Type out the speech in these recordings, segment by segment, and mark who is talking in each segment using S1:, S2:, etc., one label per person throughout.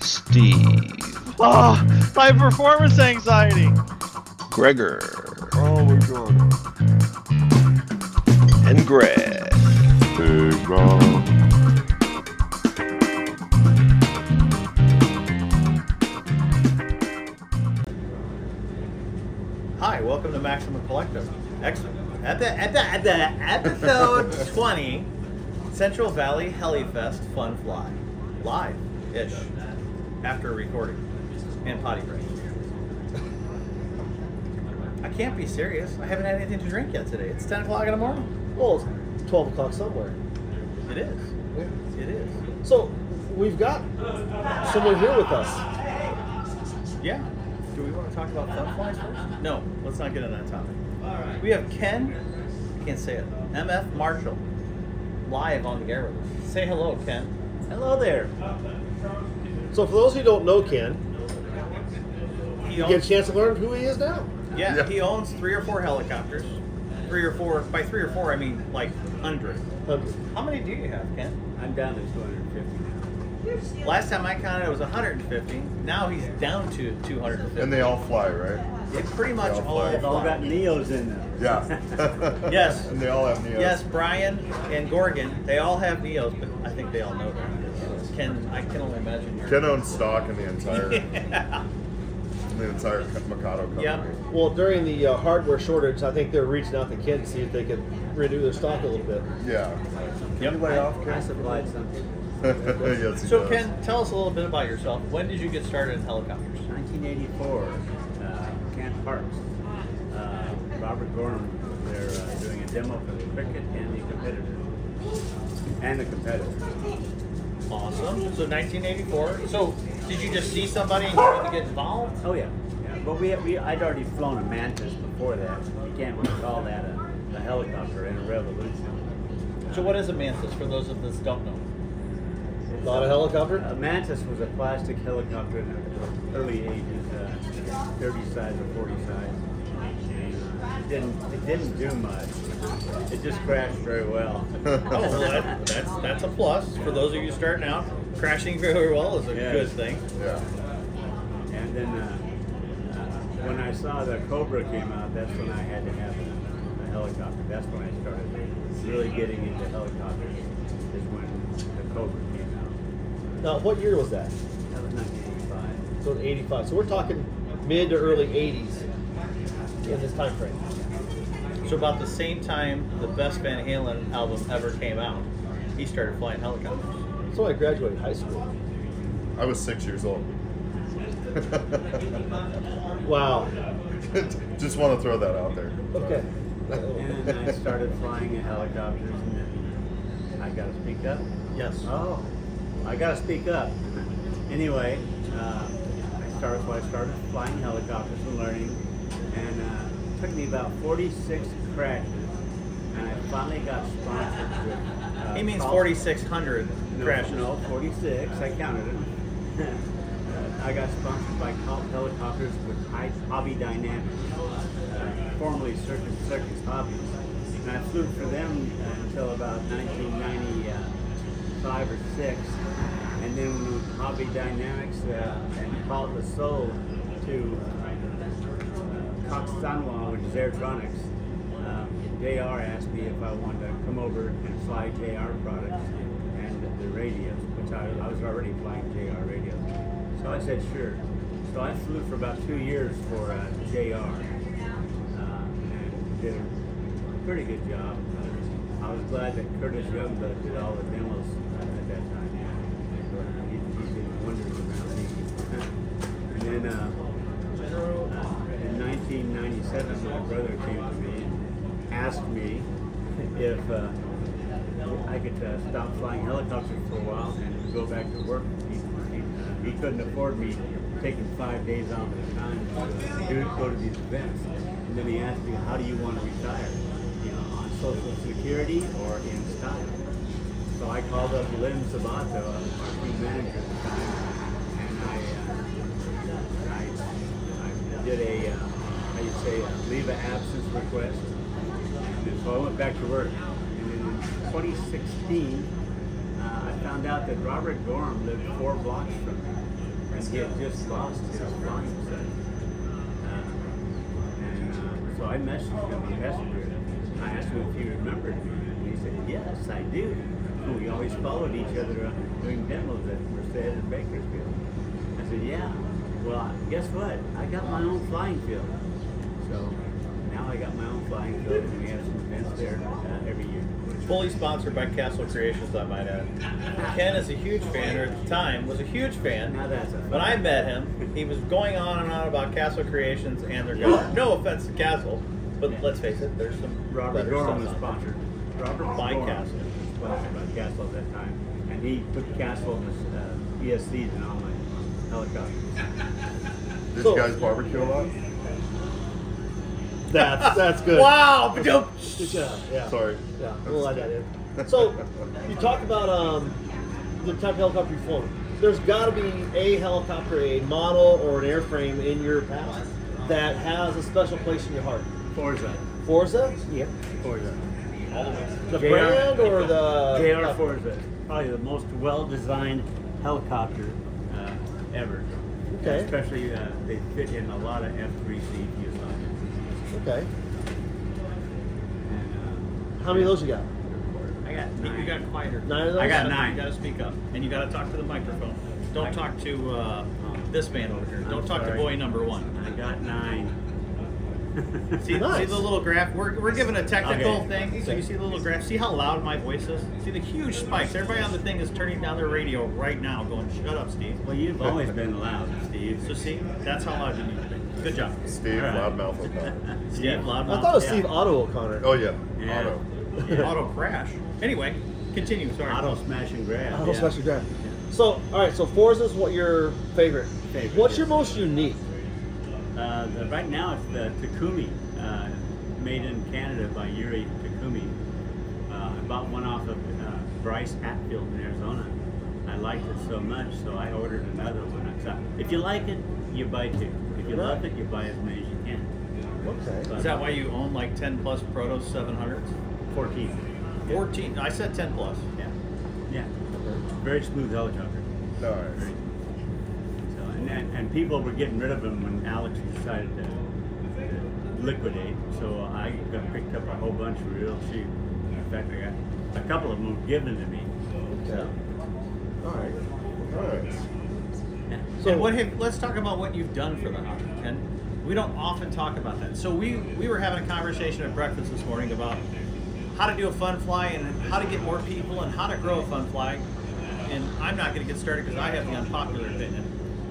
S1: Steve. Ah,
S2: Oh, my performance anxiety.
S1: Gregor.
S3: Oh my god.
S1: And Greg.
S3: Big Rob.
S4: Hi, welcome to Maximum Collective. Excellent. At the, at the, at the episode 20, Central Valley Helifest Fun Fly. Live ish. After recording. And potty break. I can't be serious. I haven't had anything to drink yet today. It's 10 o'clock in the morning.
S5: Well, it's 12 o'clock somewhere.
S4: It is. It is.
S5: So we've got someone here with us.
S4: Yeah. Do we want to talk about fun flies first? No, let's not get on that topic. We have Ken, I can't say it, MF Marshall, live on the air with us. Say hello, Ken.
S5: Hello there. So for those who don't know Ken,
S4: He
S5: you get a
S4: owns, yeah,
S5: chance to learn who he is now.
S4: he owns three or four helicopters. Three or four, by three or four, I mean like hundred. How many do you have, Ken?
S6: I'm down to 250
S4: Last time I counted, it was 150. Now he's down to 250.
S3: And they all fly, right?
S4: It's pretty much
S3: They all
S4: all.
S3: fly.
S6: now. All got
S4: fly.
S6: Neos in them.
S3: Yeah.
S4: Yes.
S3: And they all have neos.
S4: Yes, Brian and Gorgon, they all have neos, but I think they all know that. Ken, I can only imagine your.
S3: Ken owns stock in the entire
S4: yeah.
S3: the entire Mikado company.
S4: Yep.
S5: Well, during the uh, hardware shortage, I think they're reaching out to Ken to see if they could renew their stock a little bit.
S3: Yeah.
S4: Yep.
S3: Anybody off
S6: I supplied some people.
S3: yes, he
S4: So
S3: does.
S4: Ken, tell us a little bit about yourself. When did you get started in helicopters?
S6: 1984, uh, Kent Parks. Uh, Robert Gorham, they're uh, doing a demo for the cricket and the competitor. And the competitor.
S4: Awesome. So 1984. So did you just see somebody and you wanted to get involved?
S6: Oh, yeah. yeah. But we, we, I'd already flown a Mantis before that. You can't really call that a, a helicopter in a revolution.
S4: So what is a mantis for those of us that don't know?
S5: Not a helicopter.
S6: A Mantis was a plastic helicopter in the early 80s, uh, 30 size or 40 size. It didn't, it didn't do much. It just crashed very well.
S4: Oh, well, that, that's that's a plus for those of you starting out. Crashing very well is a
S6: Yeah.
S4: good thing.
S3: yeah.
S6: And then uh, uh, when I saw the Cobra came out, that's when I had to have a, a helicopter. That's when I started really getting into helicopters, is when the Cobra came out.
S5: Now, what year was that?
S6: That was 1985.
S5: So in '85. So we're talking mid to early '80s in this time frame.
S4: So about the same time the best Van Halen album ever came out, he started flying helicopters.
S5: So I graduated high school.
S3: I was six years old.
S5: Wow.
S3: Just want to throw that out there.
S5: Okay.
S6: And then I started flying in helicopters, and then I got to speak up.
S4: Yes.
S6: Oh, I gotta speak up. Anyway, uh, I started. Well, I started flying helicopters and learning, and uh, it took me about 46 crashes, and I finally got sponsored. With, uh,
S4: He means
S6: Col-
S4: 4,600
S6: no,
S4: crashes.
S6: No, 46. I counted it. Uh, I got sponsored by Col Helicopters with Hi- Hobby Dynamics, uh, formerly Circus Circus Hobbies, and I flew for them until about 1995 or six, and then when Hobby Dynamics uh, and Col was sold to uh, Cox Sanwa, which is Airtronics. Um, JR asked me if I wanted to come over and fly JR products and the radios, which I, I was already flying JR radios. So I said, sure. So I flew for about two years for uh, JR uh, and did a pretty good job. I was glad that Curtis Youngblood did all the demos uh, at that time. He, he did wonders around me. and then uh, in 1997, my brother came to me and asked me if uh, I could uh, stop flying helicopters for a while and go back to work. He, he, he couldn't afford me taking five days off at a time to do, go to these events. And then he asked me, how do you want to retire? You know, on Social Security or in style? So I called up Lynn Sabato, our team manager at the time, and I, uh, I, I did a, uh, how you say, a leave of absence request. And so I went back to work, and then 2016, uh, I found out that Robert Gorham lived four blocks from me. And he had just lost his flying set. Uh, and uh, so I messaged him on Messenger. I asked him if he remembered me. And he said, Yes, I do. And we always followed each other on- doing demos at Merced and Bakersfield. I said, Yeah. Well, I- guess what? I got my own flying field. So now I got my own flying field and we have some events there uh, every year.
S7: Fully sponsored by Castle Creations, I might add. Ken is a huge fan, or at the time was a huge fan.
S6: Now that's a
S7: When I met him, he was going on and on about Castle Creations and their governor. No offense to Castle, but let's face it, there's some
S6: Robert
S7: better
S6: Gorham was
S7: stuff out
S6: sponsored. Robert
S7: By
S6: Gorham
S7: Castle.
S6: was Sponsored by Castle at that time, and he put Castle in his uh, ESCs and all my helicopters.
S3: Did
S5: So-
S3: you guys barbecue a lot?
S5: That's that's
S7: there.
S5: good.
S7: Wow! ba-dum.
S5: Good job. Yeah.
S3: Sorry.
S5: Yeah, we'll add that in. So, you talk about um, the type of helicopter you've flown. There's got to be a helicopter, a model, or an airframe in your past that has a special place in your heart.
S6: Forza.
S5: Forza,
S6: Yep. Forza.
S5: the
S6: JR.
S5: brand, or the
S6: JR Forza. Probably the most well-designed helicopter uh, ever.
S5: Okay.
S6: Especially uh, they fit in a lot of F3 CVs on it.
S5: Okay.
S6: And,
S5: How many of those you got?
S6: uh, I got
S4: You
S6: nine.
S4: got quieter.
S5: Nine of those.
S6: I got
S4: You
S6: nine.
S4: gotta speak up, and you gotta talk to the microphone. Don't talk to uh, this man over here.
S6: I'm
S4: Don't talk to
S6: sorry.
S4: boy number one.
S6: I got nine.
S4: See,
S5: Nice.
S4: see the little graph? We're, we're giving a technical
S6: Okay.
S4: thing. So you see the little graph? See how loud my voice is? See the huge spikes? Everybody on the thing is turning down their radio right now going, shut up, Steve.
S6: well, you've always been loud, Steve.
S4: So see, that's how loud you need to be. Good job.
S3: Steve
S6: All right.
S3: Loudmouth O'Connor.
S4: Steve,
S6: Yeah.
S4: loud
S5: I
S4: mouth.
S5: thought it was
S4: Yeah.
S5: Steve Otto O'Connor.
S3: Oh yeah,
S6: Yeah.
S3: Otto.
S4: Auto crash. Anyway, continue. Sorry.
S6: Auto smash and grab.
S5: Otto
S6: yeah.
S5: Special Drive. So, all right. So Forza's what your favorite?
S6: Favorite,
S5: What's
S6: yeah.
S5: your most unique?
S6: Uh, the, right now it's the Takumi, uh, made in Canada by Yuri Takumi. Uh, I bought one off of uh, Bryce Hatfield in Arizona. I liked it so much, so I ordered another one. So if you like it, you buy two. If you love it, you buy as many as you can.
S5: Okay.
S6: But
S4: Is that why you own like 10 plus Proto 700s?
S6: 14?
S4: 14. I said 10 plus.
S6: Yeah. Yeah. Very smooth helicopter.
S3: All right.
S6: So, and, and, and people were getting rid of them when Alex decided to, to liquidate. So I got picked up a whole bunch real cheap. In fact, I got a couple of them were given to me.
S5: Okay. All right.
S3: All right.
S6: Yeah.
S5: So-
S4: So what have, let's talk about what you've done for the hobby. And we don't often talk about that. So we we were having a conversation at breakfast this morning about how to do a fun fly and how to get more people and how to grow a fun fly. And I'm not going to get started because I have the unpopular opinion.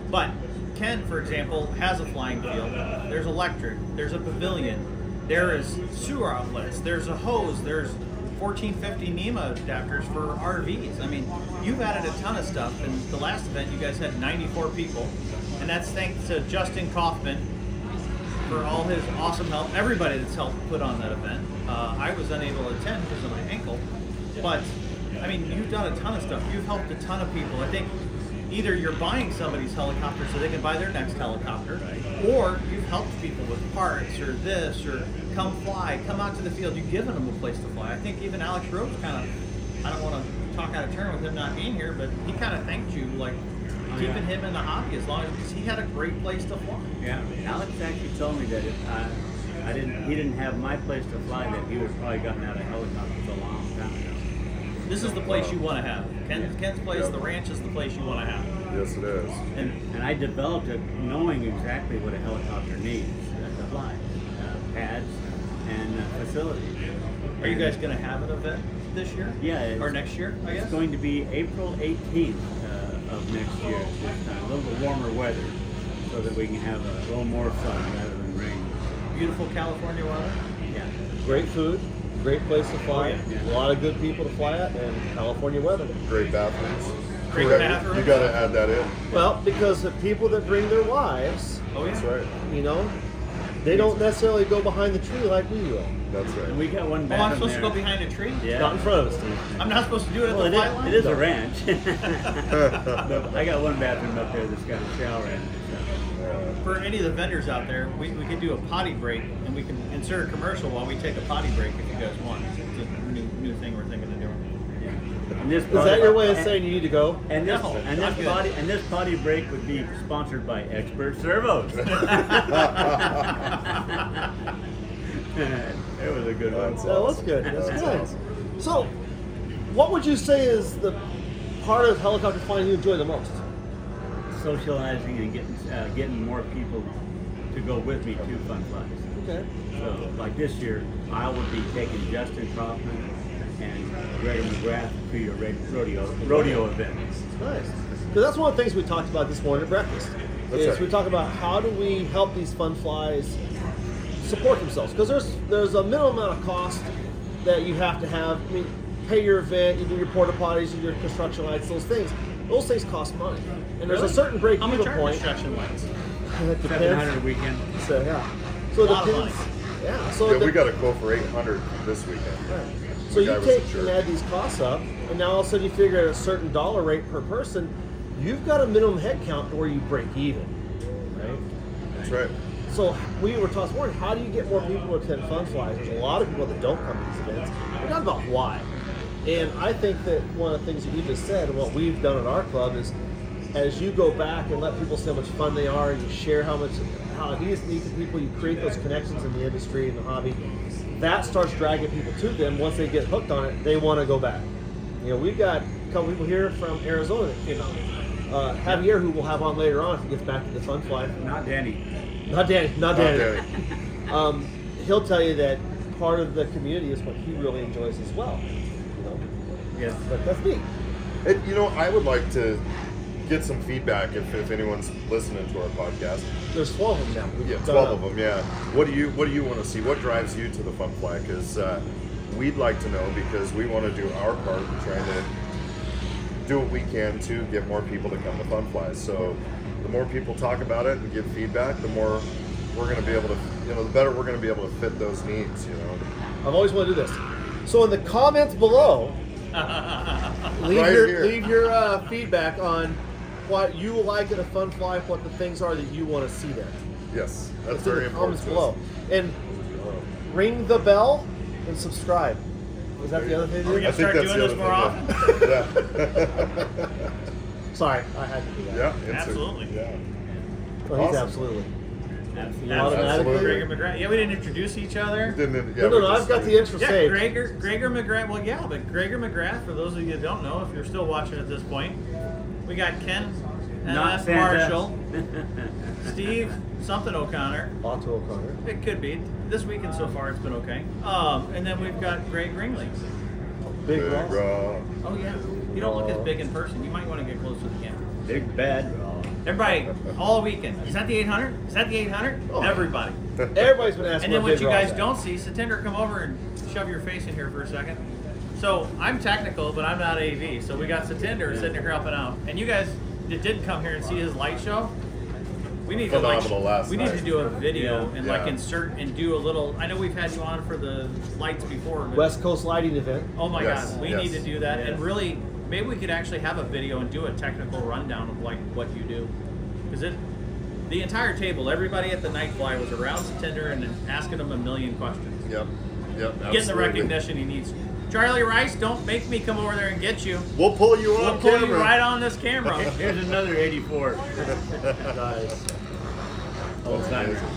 S4: But Ken, for example, has a flying field. There's electric. There's a pavilion. There is sewer outlets. There's a hose. There's 1450 NEMA adapters for RVs. I mean, you've added a ton of stuff. And the last event, you guys had 94 people, and that's thanks to Justin Kaufman for all his awesome help. Everybody that's helped put on that event. Uh, I was unable to attend because of my ankle, but I mean, you've done a ton of stuff. You've helped a ton of people. I think either you're buying somebody's helicopter so they can buy their next helicopter, or you've helped people with parts or this or come fly, come out to the field. You've given them a place to fly. I think even Alex Rhodes kind of, I don't want to talk out of turn with him not being here, but he kind of thanked you like keeping him in the hobby as long as because he had a great place to fly.
S6: Yeah, Alex actually told me that if I, I didn't, he didn't have my place to fly, that he would have probably gotten out of helicopters a long time ago.
S4: This is the place you want to have. Ken's, Ken's place,
S3: Yeah.
S4: the ranch is the place you want to have.
S3: Yes, it is.
S4: And
S6: And I developed it knowing exactly what a helicopter needs uh, to fly, uh, pads and uh, facilities.
S4: are you guys going to have an event this year?
S6: Yeah, it's-
S4: Or next year, I guess?
S6: It's going to be April 18th uh, of next year. It's uh, a little bit warmer weather so that we can have a little more fun rather than rain.
S4: Beautiful California weather.
S6: Yeah.
S5: Great food, great place to fly,
S6: Oh, yeah.
S5: a lot of good people to fly at, and California weather.
S3: Great bathrooms.
S4: Great
S3: you gotta,
S4: bathrooms.
S3: You gotta add that in.
S5: Well, because the people that bring their wives,
S4: Oh, yeah.
S3: That's right.
S5: you know, they don't necessarily go behind the tree like we will.
S3: That's
S6: And
S3: right.
S6: we got one
S4: Oh,
S6: back.
S4: I'm supposed to go behind a tree?
S6: Yeah.
S5: Not in front of us, Steve.
S4: I'm not supposed to do it at
S6: Well, it
S4: the flight
S6: is,
S4: line?
S6: it is a ranch. But I got one bathroom up there that's got a shower in it. so.
S3: Uh,
S4: For any of the vendors out there, we, we could do a potty break and we can insert a commercial while we take a potty break if you guys want. It's a new, new thing we're thinking of doing.
S6: And this
S5: Is that your way of saying you need to go?
S6: And this,
S4: No,
S6: and
S4: not
S6: this
S4: good.
S6: body and this body break would be sponsored by Expert Servos. it was a good one.
S3: That's
S5: That was good. Oh, That's good. So, what would you say is the part of helicopter flying you enjoy the most?
S6: Socializing and getting uh, getting more people to go with me to fun flies.
S5: Okay.
S6: So, like this year, I will be taking Justin Kaufman and Greg McGrath to your ra- rodeo rodeo event.
S5: Nice. Because that's one of the things we talked about this morning at breakfast.
S3: That's
S5: is
S3: right.
S5: we talk about how do we help these fun flies support themselves? Because there's there's a minimum amount of cost that you have to have. I mean, pay your event, you do your porta potties, you do your construction lights, those things. Those things cost money, and there's a
S4: Really?
S5: certain break
S4: How much
S5: even
S4: are
S5: point.
S4: construction lights?
S5: It
S6: Seven hundred a
S5: depends.
S6: weekend.
S5: So yeah. So it
S4: Lot of
S5: depends.
S4: money.
S5: Yeah. So
S3: Yeah,
S5: the-
S3: we got a quote for 800 this weekend.
S5: So
S3: The
S5: you
S3: guy was a
S5: take
S3: jerk.
S5: and add these costs up, and now all of a sudden you figure at a certain dollar rate per person, you've got a minimum head count to where you break even, right?
S3: That's right.
S5: So we were taught this morning, how do you get more people to attend fun flies? There's a lot of people that don't come to these events. We're talking about why. And I think that one of the things that you just said and what we've done at our club is as you go back and let people see how much fun they are and you share how much how it is to meet the people, you create those connections in the industry and the hobby, that starts dragging people to them. Once they get hooked on it, they want to go back. You know, we've got a couple people here from Arizona that came out. Uh, Javier, who we'll have on later on if he gets back to the fun fly.
S6: Not Danny.
S5: Not Danny, not
S3: Not
S5: Danny.
S3: Danny.
S5: Um, he'll tell you that part of the community is what he really enjoys as well. You know?
S6: Yes.
S5: But that's neat.
S3: It, you know, I would like to get some feedback if, if anyone's listening to our podcast.
S5: There's 12 of them now. We've
S3: Yeah,
S5: done
S3: twelve
S5: a-
S3: of them. Yeah. What do you What do you want to see? What drives you to the fun fly? Because uh, we'd like to know because we want to do our part, in trying to do what we can to get more people to come to fun flies. So the more people talk about it and give feedback, the more we're going to be able to, you know, the better we're going to be able to fit those needs. You know,
S5: I've always wanted to do this. So in the comments below, leave
S3: Right
S5: your
S3: here.
S5: leave your uh, feedback on what you like at a fun fly, what the things are that you want to see there.
S3: yes, that's
S5: It's in
S3: very
S5: the comments
S3: important. to
S5: below.
S3: us. Oh,
S5: And ring the bell and subscribe. Is that the other thing? to
S4: Are we
S5: do?
S4: gonna start doing this more often?
S3: often.
S5: Sorry, I had to do that.
S3: yeah, it's a-
S4: Absolutely.
S3: yeah.
S5: Well, he's
S3: Awesome.
S5: absolutely.
S3: Absolutely.
S4: Greg and McGrath. Yeah, we didn't introduce each other.
S3: Didn't- yeah,
S5: No, no,
S3: we
S5: no,
S3: just-
S5: I've got the intro
S4: Yeah,
S5: saved.
S4: Gregor, Gregor McGrath. Well, yeah, but Gregor McGrath. For those of you that don't know, if you're still watching at this point, we got Ken,
S6: Not
S4: MS
S6: Santa.
S4: Marshall, Steve, something O'Connor.
S5: Otto O'Connor.
S4: It could be. This weekend so far, it's been okay. Um, and then we've got Greg Ringley.
S5: Big
S3: Big
S5: Ross.
S3: Rock.
S4: Oh yeah, you don't look as big in person. You might want to get close to the camera.
S6: Big bad. Raw.
S4: Everybody, all weekend. Is that the 800? Is that the 800?
S5: Oh.
S4: Everybody.
S5: Everybody's been asking.
S4: And then
S5: where
S4: what
S5: Big
S4: you
S5: Ross
S4: guys
S5: at.
S4: don't see, Satendra, come over and shove your face in here for a second. So I'm technical, but I'm not AV. So we got Satendra sitting here helping out, and you guys that did come here and see his light show. We need to
S3: Phenomenal
S4: like,
S3: last
S4: we need
S3: night.
S4: to do a video and like
S3: Yeah.
S4: insert and do a little. I know we've had you on for the lights before. But
S5: West Coast Lighting event.
S4: Oh my
S3: Yes,
S4: God, we
S3: yes.
S4: need to do that, and really, maybe we could actually have a video and do a technical rundown of like what you do, because it, the entire table, everybody at the night fly was around Satender and asking him a million questions,
S3: Yep. Yep. Absolutely.
S4: getting the recognition he needs. Charlie Rice, don't make me come over there and get you.
S3: We'll pull you
S4: We'll
S3: on
S4: pull you
S3: camera.
S4: right on this camera.
S6: Here's another 84.
S5: Nice.
S6: Old timer.
S3: Amazing.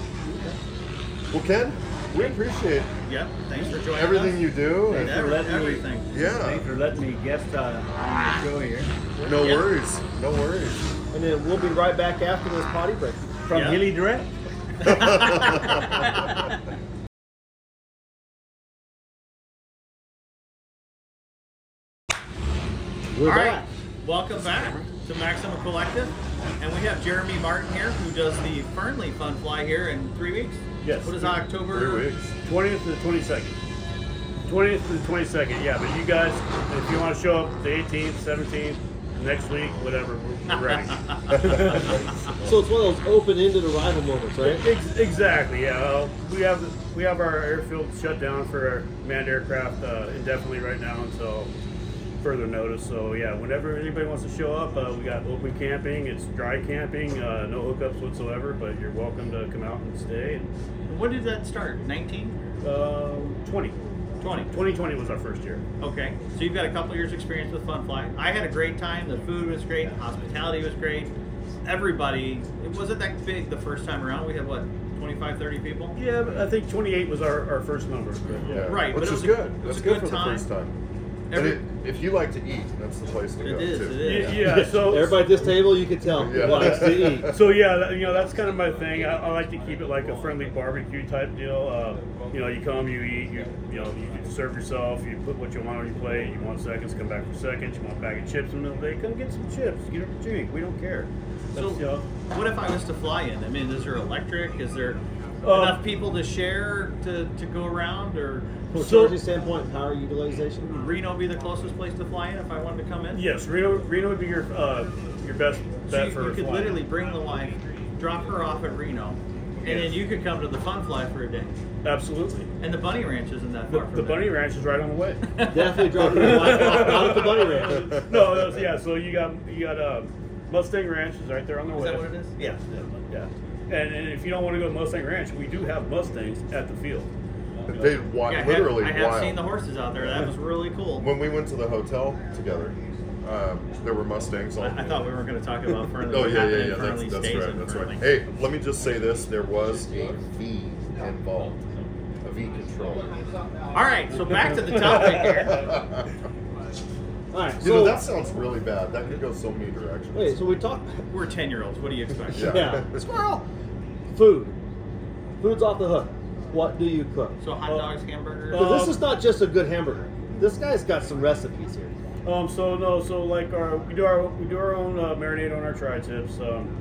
S3: Well, Ken, we appreciate
S4: yep. Thanks for joining
S3: everything
S4: us.
S3: you do.
S6: Thank
S3: And
S6: you.
S4: Every-
S6: Let me-
S4: everything.
S3: yeah.
S6: Thanks for letting me guest on
S8: uh,
S6: on your show here.
S3: No
S4: Yeah.
S3: worries. No worries.
S5: And then we'll be right back after this potty break.
S6: From
S4: Yeah.
S6: Hilly Direct.
S5: We're
S4: All right,
S5: back.
S4: welcome back to Maximum Collective, and we have Jeremy Martin here, who does the Fernley Fun Fly here in three weeks.
S8: Yes.
S4: What is October?
S3: Three weeks.
S8: 20th to the 22nd. 20th to the 22nd, yeah, but you guys, if you want to show up the 18th, 17th, next week, whatever, we're we're ready.
S5: So it's one of those open-ended arrival moments, right?
S8: Ex- exactly, yeah. Uh, we have we have our airfield shut down for our manned aircraft uh, indefinitely right now until further notice. So yeah, whenever anybody wants to show up, uh, we got open camping. It's dry camping, uh, no hookups whatsoever, but you're welcome to come out and stay.
S4: When did that start? 19?
S8: Um, 20.
S4: Twenty.
S6: 2020 was our first year.
S4: Okay, so you've got a couple years' experience with Fun Fly. I had a great time. The food was great. The hospitality was great. Everybody, it wasn't that big the first time around. We had what, 25, 30 people?
S6: Yeah, but I think 28 was our, our first number.
S3: Yeah.
S4: Right, but
S3: Which
S4: it was
S3: is
S4: a-
S3: good.
S4: it was
S3: That's
S4: a
S3: good,
S4: good
S3: for
S4: time.
S3: the first time. And
S4: Every-
S3: it, if you like to eat, that's the place to
S4: It
S3: go
S4: is,
S3: to.
S4: it
S6: Yeah,
S4: is.
S6: yeah so
S5: Everybody at this table, you can tell,
S3: Yeah.
S5: likes to eat.
S6: So yeah, that- you know that's kind of my thing. I, I like to keep it like a friendly barbecue type deal. Uh, you know, you come, you eat, you you know, you can serve yourself. You put what you want on your plate. You want seconds, come back for seconds. You want a bag of chips in the middle of the day, come get some chips. Get a drink. We don't care. That's, uh,
S4: So,
S6: you know,
S4: what if I was to fly in? I mean, is there electric? Is there
S6: Uh,
S4: enough people to share to, to go around? Or
S5: From a
S6: So-
S5: technology standpoint, power utilization.
S4: would Reno be the closest place to fly in if I wanted to come in?
S6: yes, Reno Reno would be your uh, your best
S4: So
S6: bet
S4: you,
S6: for
S4: you could
S6: flying.
S4: literally bring the wife, drop her off at Reno, and then you could come to the Fun Fly for a day.
S6: absolutely.
S4: And the Bunny Ranch isn't that
S6: The,
S4: far from
S6: the
S4: there.
S6: bunny ranch is right on the way.
S5: Definitely drop your wife off out at the bunny ranch.
S6: no, that was- yeah. So you got you got uh, Mustang Ranch is right there on the
S4: Is
S6: way.
S4: that what it is?
S6: Yeah, yeah. And, and if you don't want to go to Mustang Ranch, we do have Mustangs at the field.
S3: They wa-
S4: Yeah, I have-
S3: literally
S4: I have
S3: wild.
S4: seen the horses out there. That was really cool.
S3: When we went to the hotel together, um, there were Mustangs all.
S4: I, I thought we weren't going to talk about Fernley.
S3: Oh
S4: what
S3: yeah, yeah,
S4: happened
S3: yeah.
S4: in Fernley
S3: That's, that's
S4: stays
S3: right.
S4: in
S3: That's right.
S4: Fernley.
S3: Hey, let me just say this: there was a V involved, a V control.
S4: All right, so back to the topic here.
S5: All right,
S3: You know
S5: so
S3: that sounds really bad. That could go so many directions.
S5: wait, so we talked.
S4: We're 10 year olds. What do you expect?
S3: Yeah.
S5: Yeah, food. Food's off the hook. What do you cook?
S4: So, hot dogs, hamburgers.
S5: So this is not just a good hamburger. This guy's got some recipes here.
S6: Um, so no, so like our we do our we do our own uh, marinade on our tri-tips. Um,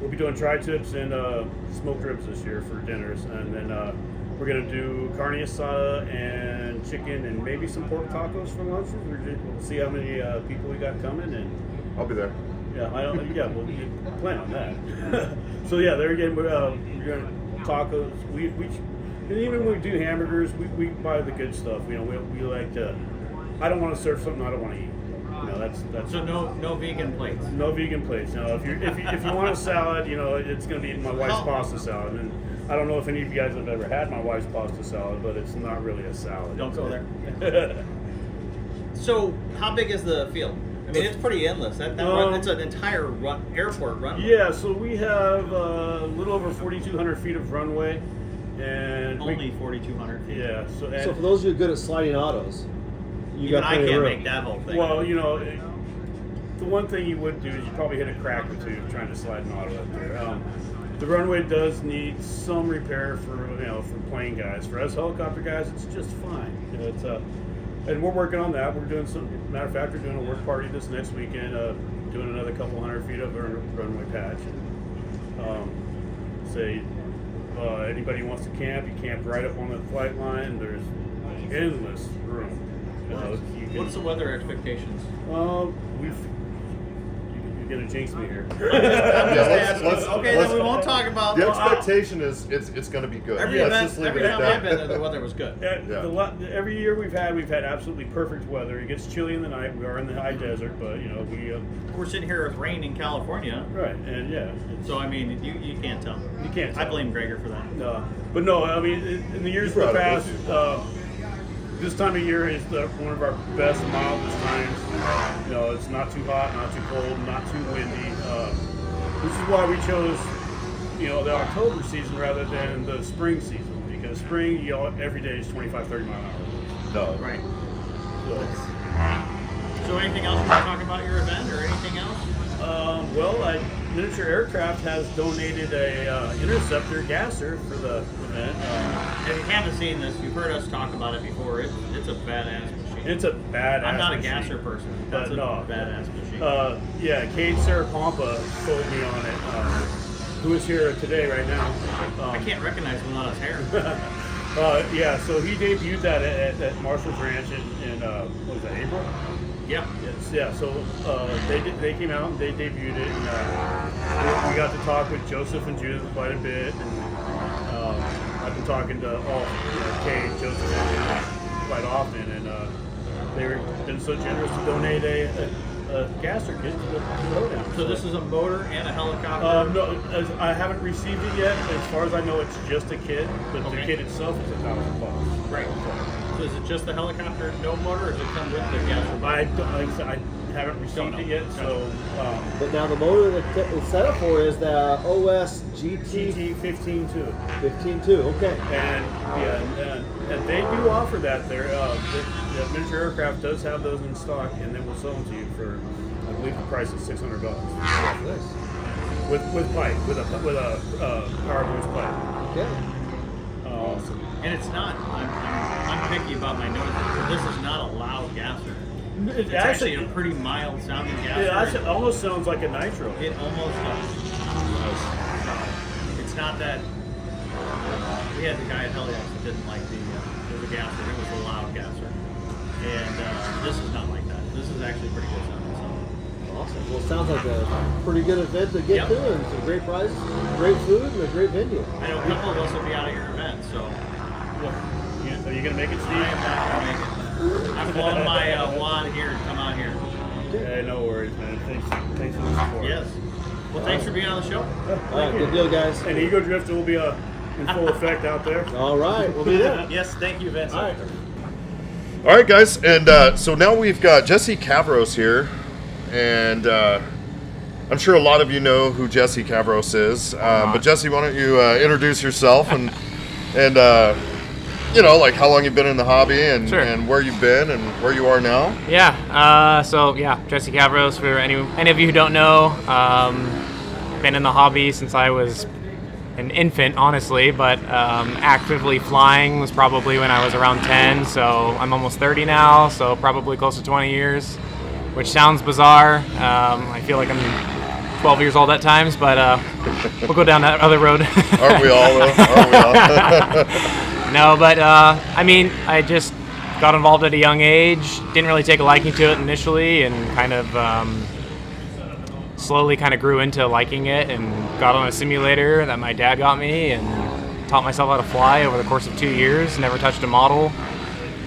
S6: we'll be doing tri-tips and uh, smoked ribs this year for dinners, and then uh, we're gonna do carne asada and chicken, and maybe some pork tacos for lunch. We're ju- We'll see how many uh, people we got coming, and
S3: I'll be there.
S6: Yeah, I don't. Yeah, well, we plan on that. so yeah, there again, we're, uh, we're gonna tacos. We we and even when we do hamburgers, we, we buy the good stuff. You know, we, we like to. I don't want to serve something I don't want to eat. You know, that's that's
S4: so no, no vegan plates.
S6: no vegan place. No, if you if you, if you want a salad, you know, it's gonna be my wife's pasta salad. And I don't know if any of you guys have ever had my wife's pasta salad, but it's not really a salad.
S4: Don't go there.
S6: there.
S4: So, how big is the field? I mean, it's pretty endless. That, that
S6: Um,
S4: run, it's an entire run, airport runway.
S6: Yeah, so we have uh, a little over 4,200 feet of runway, and we-
S4: Only 4,200 feet.
S6: yeah. So, and,
S5: So for those of you good at sliding autos, you
S4: Even
S5: got
S4: I
S5: plenty
S4: can't
S5: of room.
S4: make that whole thing.
S6: well, you know, it- the one thing you would do is you probably hit a crack or two trying to slide an auto up there. Um, the runway does need some repair for you know for plane guys. For us helicopter guys, it's just fine. You know, it's uh, and we're working on that. We're doing some. Matter of fact, we're doing a work party this next weekend. Uh, doing another couple hundred feet of run- runway patch. um, say uh, anybody wants to camp, you camp right up on the flight line. There's endless room. You know, you can-
S4: What's the weather expectations?
S6: um, we've. you- You're gonna jinx me here.
S3: Yeah, let's-
S4: asking.
S3: let's-
S4: okay,
S3: let's-
S4: then we won't talk about
S3: The expectation is it's it's going to be good.
S4: Uh, Every
S3: Let's
S4: event,
S3: just leave
S4: every
S3: it at
S4: time I've been there,
S3: that.
S4: the weather was good.
S6: Uh,
S3: Yeah.
S6: the lo- every year we've had, we've had absolutely perfect weather. It gets chilly in the night. We are in the high desert, but you know we. Uh,
S4: We're sitting here with rain in California,
S6: right, and yeah. it's-
S4: so I mean, you, you can't tell.
S6: You can't
S4: I
S6: tell.
S4: blame Gregor for that.
S6: No, but no, I mean, in, in the years
S3: You brought it
S6: past,
S3: with you.
S6: uh, this time of year is the, one of our best, mildest times. You know, it's not too hot, not too cold, not too windy. Uh, this is why we chose, you know, the October season rather than the spring season because spring, you all, every day is 25, 30 mile an hour.
S3: no.
S4: Right.
S6: So,
S4: So, anything else you want to talk about your event or anything else?
S6: Um, well, I, Miniature Aircraft has donated a uh, interceptor gasser for the event. Um,
S4: If you haven't seen this, you've heard us talk about it before. It, it's a badass machine.
S6: it's a badass.
S4: I'm not a
S6: machine.
S4: gasser person. That's
S6: Uh,
S4: a
S6: no.
S4: badass machine.
S6: Uh, yeah, Kate Sarapampa sold me on it. Uh, who is here today, right now? Um,
S4: I can't recognize him without his hair.
S6: Uh, yeah, so he debuted that at, at, at Marshall's Ranch in, in uh, what was that April?
S4: yep.
S6: Yes, yeah, so uh, they did, they came out and they debuted it, and uh, we- we got to talk with Joseph and Judith quite a bit, and um, I've been talking to all you know, Kay, Joseph, and Judith quite often, and uh, they've been so generous to donate a, a, a gasser kit to the to the lowdown.
S4: So this is a motor and a helicopter.
S6: Um, no, as I haven't received it yet. As far as I know, it's just a kit, but the
S4: Okay.
S6: kit itself is a thousand bucks.
S4: Right. So Is it just the helicopter, no motor, or does it come with the gas turbine?
S8: I, don't- like I, said, I haven't received it yet, so um,
S5: But now the motor that it- it's set up for is the OS GT
S8: TT fifteen too.
S5: 152. Okay.
S8: And yeah, and, uh, and they do offer that. There, uh, the, the miniature aircraft does have those in stock, and they will sell them to you for, I believe, the price is six hundred dollars with with pipe, with a with a uh, power boost pipe.
S5: Okay.
S8: Um,
S4: And it's not. I'm, I'm, I'm picky about my noise. This is not a loud gas turbine.
S8: it
S4: It's actually, a pretty mild sounding gas
S8: it
S4: turbine.
S8: actually almost sounds like a nitro.
S4: It almost does. It's not that. We had the guy at Helios that didn't like the uh, the gasser. It was a loud gasser, and uh, this is not like that. This is actually pretty good sounding. So
S5: Awesome. Well, it sounds like a pretty good event to get
S4: Yep.
S5: to, and some great prizes, great food, and a great venue.
S4: I know a couple of us will be out at your event, so
S8: You- Are you gonna make it,
S4: I am
S8: Steve?
S4: not gonna make it. I'm blowing my uh, wad here to come out here.
S8: Hey, no worries, man. Thanks, thanks for the support.
S4: Yes. Well, thanks for being on the show.
S5: All right, good deal, guys.
S8: And Ego Drift will be uh, in full effect out there.
S5: All right, we'll be there.
S4: Yes, thank you, Vincent.
S5: All right.
S3: All right, guys, and uh, so now we've got Jesse Cavros here, and uh, I'm sure a lot of you know who Jesse Cavros is. Uh,
S4: Uh-huh.
S3: but Jesse, why don't you uh, introduce yourself and and uh, you know like how long you've been in the hobby and,
S9: Sure.
S3: and where you've been and where you are now.
S9: Yeah. Uh, so yeah, Jesse Cavros. For any any of you who don't know, um, been in the hobby since I was an infant, honestly. But um, actively flying was probably when I was around 10. So I'm almost 30 now. So probably close to 20 years, which sounds bizarre. Um, I feel like I'm 12 years old at times, but uh, we'll go down that other road.
S3: Aren't we all? though? Aren't we all?
S9: No, but uh, I mean, I just got involved at a young age. Didn't really take a liking to it initially, and kind of um, slowly kind of grew into liking it, and got on a simulator that my dad got me, and taught myself how to fly over the course of two years. Never touched a model.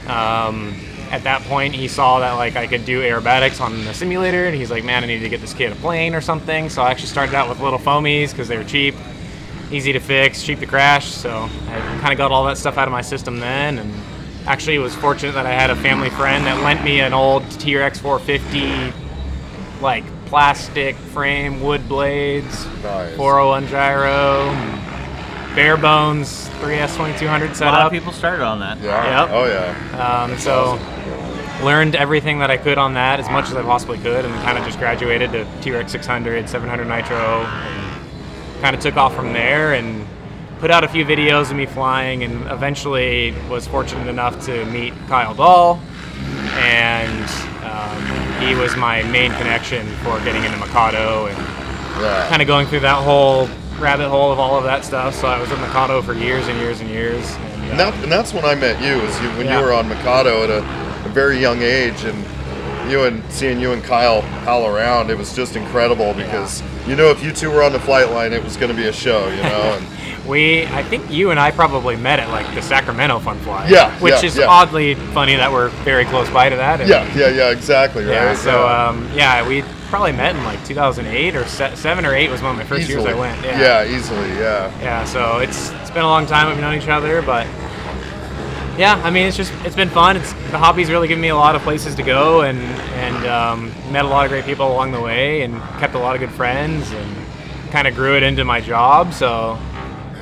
S9: Um, at that point, he saw that like I could do aerobatics on the simulator, and he's like, "Man, I need to get this kid a plane or something." So I actually started out with little foamies because they were cheap easy to fix, cheap to crash. So I kind of got all that stuff out of my system then, and actually was fortunate that I had a family friend that lent me an old T-Rex 450, like plastic frame, wood blades,
S3: Nice.
S9: 401 gyro, bare bones 3S 2200
S4: A lot
S9: setup.
S4: of people started on that.
S3: yeah.
S9: Yep.
S3: Oh yeah.
S9: Um, so learned everything that I could on that as much as I possibly could, and kind of just graduated to T-Rex 600, 700 Nitro, kind of took off from there and put out a few videos of me flying, and eventually was fortunate enough to meet Kyle Dahl, and um, he was my main connection for getting into Mikado and
S3: Yeah.
S9: kind of going through that whole rabbit hole of all of that stuff. So I was in Mikado for years and years and years. And, uh,
S3: And, that, and that's when I met you, is you, when
S9: Yeah.
S3: you were on Mikado at a, a very young age, and you and seeing you and Kyle pal around, it was just incredible because you know if you two were on the flight line, it was going to be a show, you know. And
S9: We, I think you and I probably met at like the Sacramento Fun Fly.
S3: Yeah,
S9: Which
S3: yeah,
S9: is
S3: yeah.
S9: oddly funny that we're very close by to that. and-
S3: yeah, yeah, yeah, exactly, right.
S9: Yeah. So um, yeah, we probably met in like 2008 or se- seven or eight was one of my first years I went. Yeah.
S3: yeah, easily, yeah.
S9: Yeah. So it's it's been a long time we've known each other, but yeah, I mean it's just it's been fun. It's the hobby's really given me a lot of places to go and and um, met a lot of great people along the way and kept a lot of good friends and kind of grew it into my job. So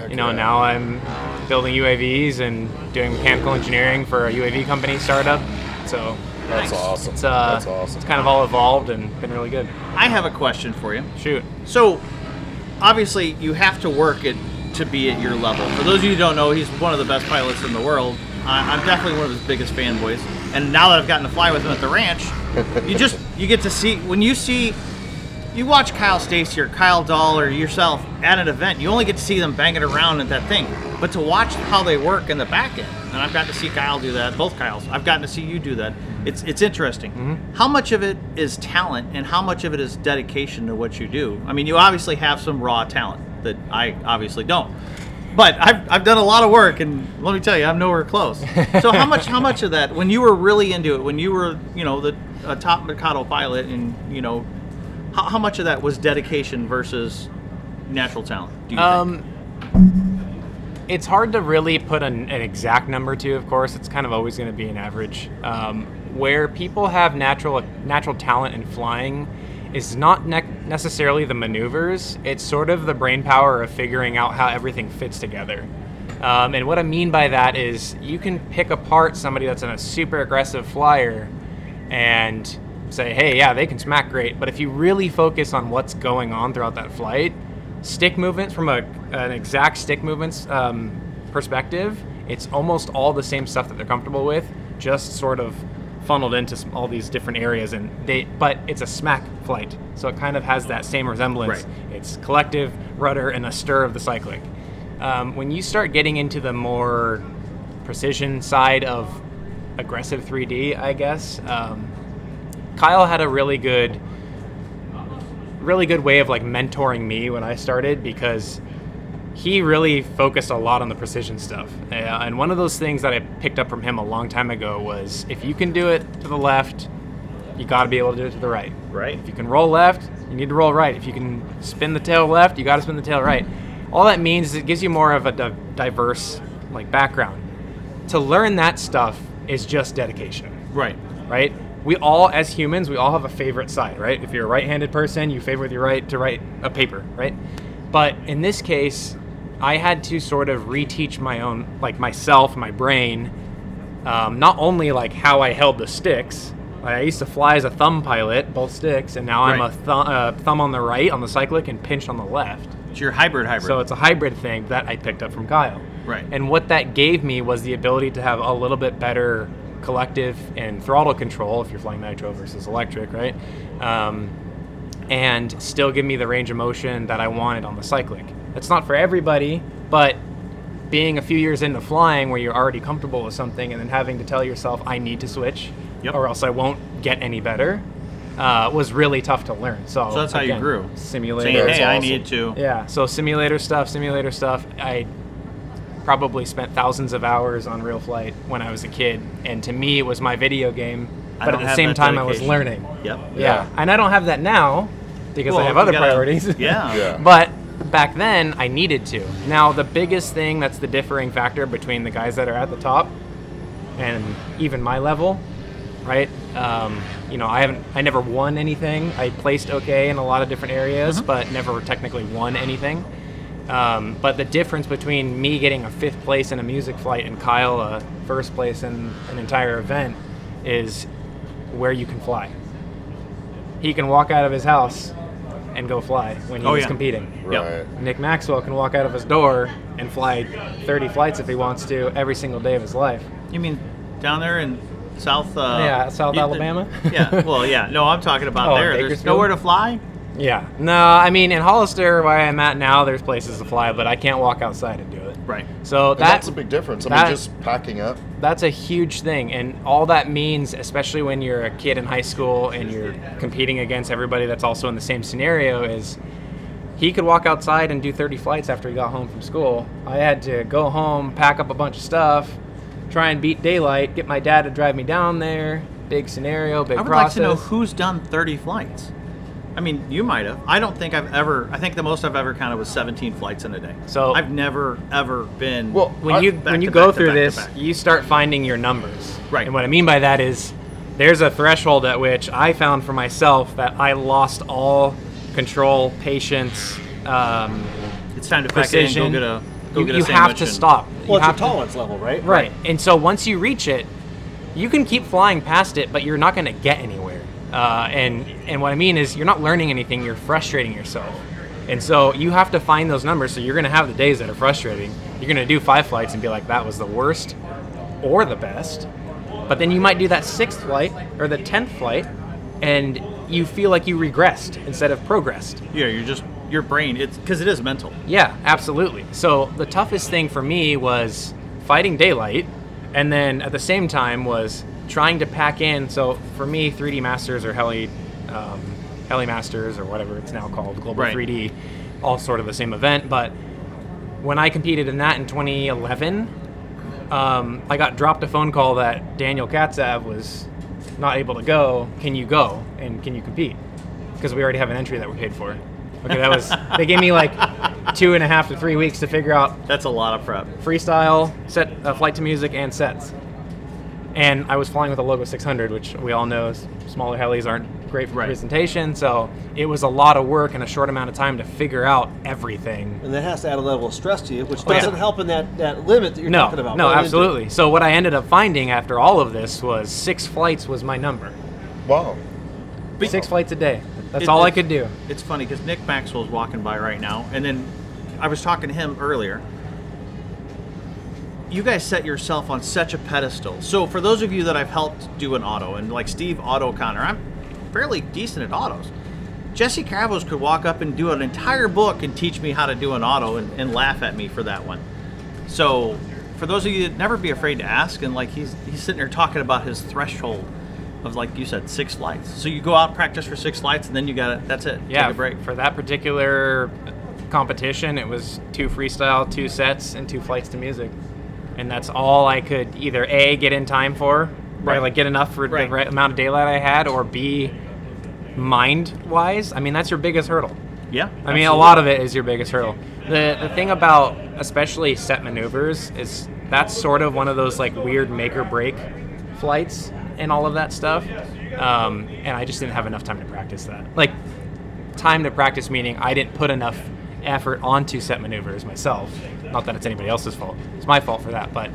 S9: you know
S3: yeah.
S9: now I'm building UAVs and doing mechanical engineering for a UAV company startup. So
S3: That's awesome.
S9: it's uh
S3: that's awesome.
S9: it's kind of all evolved and been really good.
S4: I have a question for you.
S9: Shoot.
S4: So, obviously, you have to work it to be at your level. For those of you who don't know, he's one of the best pilots in the world. I, I'm definitely one of his biggest fanboys. And now that I've gotten to fly with him at the ranch, you just you get to see when you see you watch Kyle Stacy or Kyle Dahl or yourself at an event, you only get to see them banging around at that thing. But to watch how they work in the back end, and I've gotten to see Kyle do that, both Kyles. I've gotten to see you do that. It's it's interesting. How much of it is talent and how much of it is dedication to what you do? I mean, you obviously have some raw talent that I obviously don't. But I've, I've done a lot of work, and let me tell you, I'm nowhere close. So how much how much of that when you were really into it, when you were you know the a top Mikado pilot, and you know how, how much of that was dedication versus natural talent? Do you
S9: Um, it's hard to really put an, an exact number to. Of course, it's kind of always going to be an average. Um, where people have natural natural talent in flying is not ne- necessarily the maneuvers. It's sort of the brain power of figuring out how everything fits together. Um, and what I mean by that is you can pick apart somebody that's in a super aggressive flyer and say, hey, yeah, they can smack great. But if you really focus on what's going on throughout that flight, stick movements from a, an exact stick movements um, perspective, it's almost all the same stuff that they're comfortable with, just sort of funneled into some, all these different areas. And they, but it's a smack flight, so it kind of has that same resemblance. It's collective rudder and a stir of the cyclic. Um, when you start getting into the more precision side of aggressive 3D, I guess. Um, Kyle had a really good, really good way of like mentoring me when I started because he really focused a lot on the precision stuff. Uh, and one of those things that I picked up from him a long time ago was if you can do it to the left, you got to be able to do it to the right.
S4: Right.
S9: If you can roll left, you need to roll right. If you can spin the tail left, you got to spin the tail right. All that means is it gives you more of a di- diverse like background. To learn that stuff is just dedication
S4: Right.
S9: right? We all, as humans, we all have a favorite side, right? If you're a right-handed person, you favor with your right to write a paper, right? But in this case, I had to sort of reteach my own, like myself, my brain, um, not only like how I held the sticks. Like I used to fly as a thumb pilot, both sticks, and now I'm a
S4: Right.
S9: thu- uh, thumb on the right on the cyclic and pinch on the left.
S4: It's your hybrid hybrid.
S9: So it's a hybrid thing that I picked up from Kyle.
S4: Right.
S9: And what that gave me was the ability to have a little bit better collective and throttle control if you're flying nitro versus electric, right? Um, and still give me the range of motion that I wanted on the cyclic. It's not for everybody, but being a few years into flying where you're already comfortable with something and then having to tell yourself, I need to switch
S4: Yep.
S9: or else I won't get any better. Uh, was really tough to learn. So,
S4: So that's how you
S9: again,
S4: grew.
S9: Simulator.
S4: saying,
S3: That's
S4: hey, I
S3: awesome.
S4: need to.
S9: Yeah, so simulator stuff, simulator stuff. I probably spent thousands of hours on Real Flight when I was a kid, and to me, it was my video game.
S4: I
S9: But at
S4: don't
S9: the
S4: have
S9: same
S4: that
S9: time, I was
S4: dedication.
S9: learning.
S4: Yep.
S9: Yeah. and I don't have that now because
S4: Well,
S9: I have
S4: you
S9: other
S4: gotta-
S9: priorities.
S4: Yeah.
S3: Yeah.
S9: But back then, I needed to. Now, the biggest thing that's the differing factor between the guys that are at the top and even my level, right? Um, you know, I haven't, I never won anything. I placed okay in a lot of different areas, but never technically won anything. Um, but the difference between me getting a fifth place in a music flight and Kyle a first place in an entire event is where you can fly. He can walk out of his house and go fly when he
S4: Oh,
S9: was
S4: yeah.
S9: competing.
S3: Right.
S9: Nick Maxwell can walk out of his door and fly 30 flights if he wants to every single day of his life.
S4: You mean down there in South? Uh,
S9: Yeah, South
S4: you-
S9: Alabama?
S4: yeah. Well, yeah. No, I'm talking about
S9: Oh,
S4: there. There's
S9: Bakersfield?
S4: nowhere to fly.
S9: Yeah. No, I mean, in Hollister, where I'm at now, there's places to fly, but I can't walk outside and do it.
S4: Right.
S9: So
S3: And that's
S9: that's
S3: a big difference. I
S9: that-
S3: mean, just packing up.
S9: that's a huge thing and all that means especially when you're a kid in high school and you're competing against everybody that's also in the same scenario is he could walk outside and do 30 flights after he got home from school i had to go home pack up a bunch of stuff try and beat daylight get my dad to drive me down there big scenario big
S4: I would
S9: process
S4: like to know who's done 30 flights. I mean, you might have. I don't think I've ever. I think the most I've ever counted was 17 flights in a day.
S9: So-
S4: I've never ever been.
S3: Well,
S9: when
S3: I-
S9: you
S4: back
S9: when
S4: to
S9: you go
S4: back to
S9: through
S4: back to
S9: this,
S4: back.
S9: you start finding your numbers.
S4: Right.
S9: And what I mean by that is there's a threshold at which I found for myself that I lost all control, patience, um,
S4: it's time to pack it in, go
S9: precision.
S4: get a go
S9: you
S4: get a
S9: you
S4: sandwich
S9: have to
S4: and-
S9: stop.
S5: Well,
S9: you
S5: it's a
S9: have to-
S5: tolerance level, right?
S9: Right. And so once you reach it, you can keep flying past it, but you're not going to get anywhere. Uh, and and what I mean is you're not learning anything. You're frustrating yourself. And so you have to find those numbers. So you're going to have the days that are frustrating. You're going to do five flights and be like, that was the worst or the best. But then you might do that sixth flight or the tenth flight, and you feel like you regressed instead of progressed.
S4: Yeah, you're just your brain. It's because it is mental.
S9: Yeah, absolutely. So the toughest thing for me was fighting daylight, and then at the same time was trying to pack in. So for me, 3D Masters or Heli, um, Heli Masters or whatever it's now called, Global
S4: Right.
S9: 3D, all sort of the same event. But when I competed in that in 2011, um, I got dropped a phone call that Daniel Katzav was not able to go. Can you go and can you compete? Because we already have an entry that we paid for. Okay, that was. They gave me like two and a half to three weeks to figure out
S4: That's a lot of prep.
S9: freestyle, set uh, flight to music, and sets. And I was flying with a Logo 600, which we all know is- smaller helis aren't great for
S4: Right.
S9: presentation. So it was a lot of work in a short amount of time to figure out everything.
S5: And that has to add a level of stress to you, which
S9: Oh, yeah.
S5: doesn't help in that, that limit that you're
S9: no,
S5: talking about.
S9: no,
S5: What do you do?
S9: absolutely. So what I ended up finding after all of this was six flights was my number.
S3: Wow.
S9: Six flights a day. That's
S4: It-
S9: all I
S4: it's-
S9: could do.
S4: It's funny because Nick Maxwell's walking by right now, and then I was talking to him earlier. You guys set yourself on such a pedestal. So for those of you that I've helped do an auto, and like Steve Auto Connor, I'm fairly decent at autos. Jesse Cravos could walk up and do an entire book and teach me how to do an auto and, and laugh at me for that one. So, for those of you that never be afraid to ask, and like he's he's sitting there talking about his threshold of like you said six lights. So you go out practice for six lights, and then you got it. That's it.
S9: Yeah,
S4: Take a break.
S9: for that particular competition, it was two freestyle, two sets, and two flights to music, and that's all I could either a get in time for, right?
S4: Right.
S9: Like get enough for
S4: Right.
S9: the right amount of daylight I had, or b mind wise. I mean, that's your biggest hurdle.
S4: Yeah.
S9: I mean, a lot of it is your biggest hurdle. The the thing about especially set maneuvers is that's sort of one of those like weird make or break flights and all of that stuff. Um, and I just didn't have enough time to practice that. Like time to practice meaning I didn't put enough effort onto set maneuvers myself. Not that it's anybody else's fault. It's my fault for that, but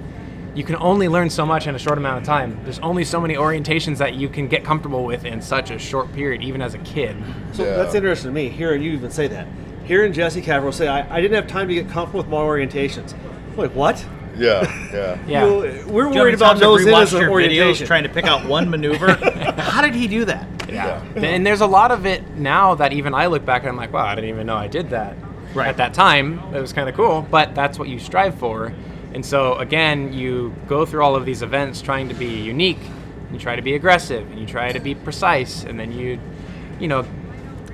S9: you can only learn so much in a short amount of time. There's only so many orientations that you can get comfortable with in such a short period, even as a kid.
S5: So
S3: Yeah.
S5: that's interesting to me, hearing you even say that. Hearing Jesse Caverill say, I, I didn't have time to get comfortable with my orientations. I'm like, what?
S3: Yeah, yeah.
S9: Yeah.
S5: You- we're
S4: Do you know how many
S5: worried about
S4: times I've
S5: those in
S4: rewatched
S5: as an
S4: your videos
S5: orientation.
S4: trying to pick out one maneuver. How did he do that?
S9: Yeah. And there's a lot of it now that even I look back and I'm like, wow, I didn't even know I did that.
S4: Right.
S9: At that time, it was kind of cool, but that's what you strive for. And so, again, you go through all of these events trying to be unique, you try to be aggressive, and you try to be precise, and then you, you know,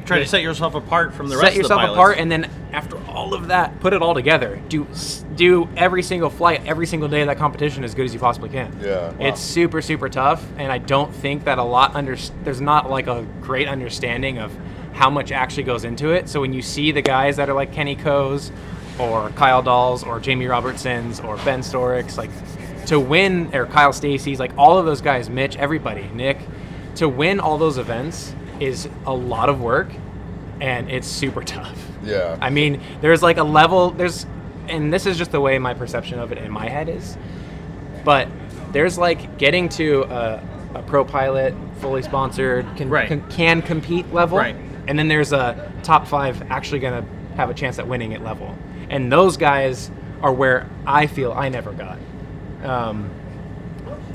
S4: Try to set yourself apart from the
S9: set
S4: rest of the
S9: yourself
S4: pilots.
S9: apart, and then after all of that, put it all together. Do s- do every single flight, every single day of that competition as good as you possibly can.
S3: Yeah.
S9: It's super, super tough, and I don't think that a lot under there's not like a great understanding of how much actually goes into it. So when you see the guys that are like Kenny Coe's or Kyle Dolls or Jamie Robertson's or Ben Storicks, like to win or Kyle Stacy's, like all of those guys, Mitch, everybody, Nick, to win all those events is a lot of work and it's super tough.
S3: Yeah.
S9: I mean, there's like a level, there's, and this is just the way my perception of it in my head is, but there's like getting to a, a pro pilot, fully sponsored, can,
S4: Right.
S9: can, can compete level.
S4: Right.
S9: And then there's a top five actually going to have a chance at winning it level. And those guys are where I feel I never got. Um,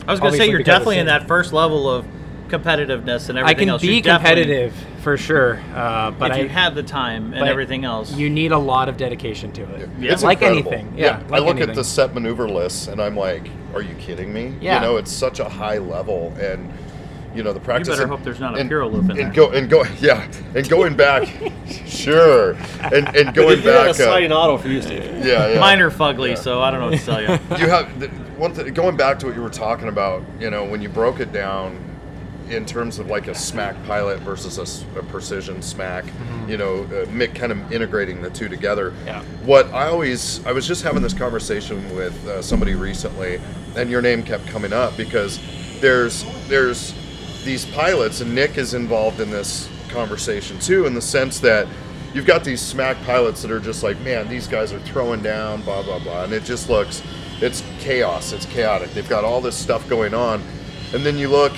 S4: I was going to say
S9: Obviously,
S4: you're
S9: because
S4: definitely
S9: it's-
S4: in that first level of competitiveness and everything
S9: I can
S4: else.
S9: be
S4: You're definitely-
S9: competitive for sure, uh, but
S4: if
S9: I
S4: you had the time and
S9: but
S4: everything else.
S9: You need a lot of dedication to it.
S4: Yeah.
S9: It's like
S3: incredible.
S9: anything.
S3: I
S9: Yeah. like
S3: look
S9: anything.
S3: at the set maneuver lists and I'm like, are you kidding me?
S9: Yeah.
S3: You know, it's such a high level and you know the practice.
S4: better
S3: and-
S4: hope there's not a
S3: and-
S4: Puro loop in
S3: and
S4: there.
S3: Go and go, yeah, and going back, sure, and and
S5: But
S3: going
S5: you had a
S3: back, uh,
S5: sliding auto for you, Steve.
S3: yeah, yeah.
S4: Mine are fugly, so I don't know what to tell you.
S3: you have the, one thing going back to what you were talking about you know when you broke it down in terms of like a smack pilot versus a s- a, precision smack
S4: Mm-hmm.
S3: you know uh, mick kind of integrating the two together
S9: Yeah.
S3: what i always i was just having this conversation with uh, somebody recently and your name kept coming up because there's there's these pilots and nick is involved in this conversation too in the sense that you've got these smack pilots that are just like man these guys are throwing down blah blah blah and it just looks it's chaos it's chaotic they've got all this stuff going on and then you look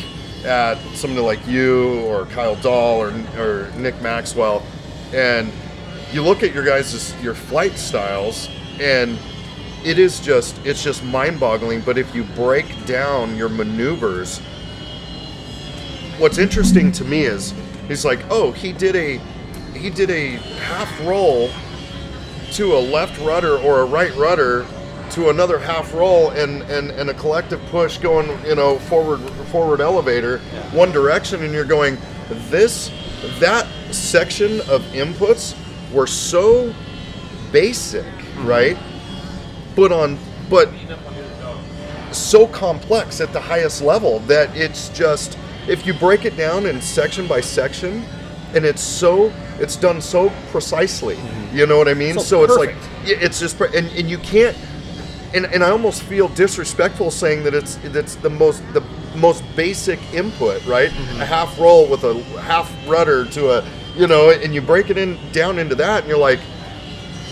S3: at somebody like you or kyle dahl or, or nick maxwell and you look at your guys' your flight styles and it is just it's just mind-boggling but if you break down your maneuvers what's interesting to me is he's like oh he did a he did a half roll to a left rudder or a right rudder to another half roll and, and, and a collective push going you know forward forward elevator one direction and you're going this that section of inputs were so basic right but on but so complex at the highest level that it's just if you break it down in section by section and it's so it's done so precisely. You know what I mean? So, it's like yeah, it's just pre- and, and you can't and, and I almost feel disrespectful saying that it's that's the most the most basic input, right? A half roll with a half rudder to a you know, and you break it in down into that, and you're like,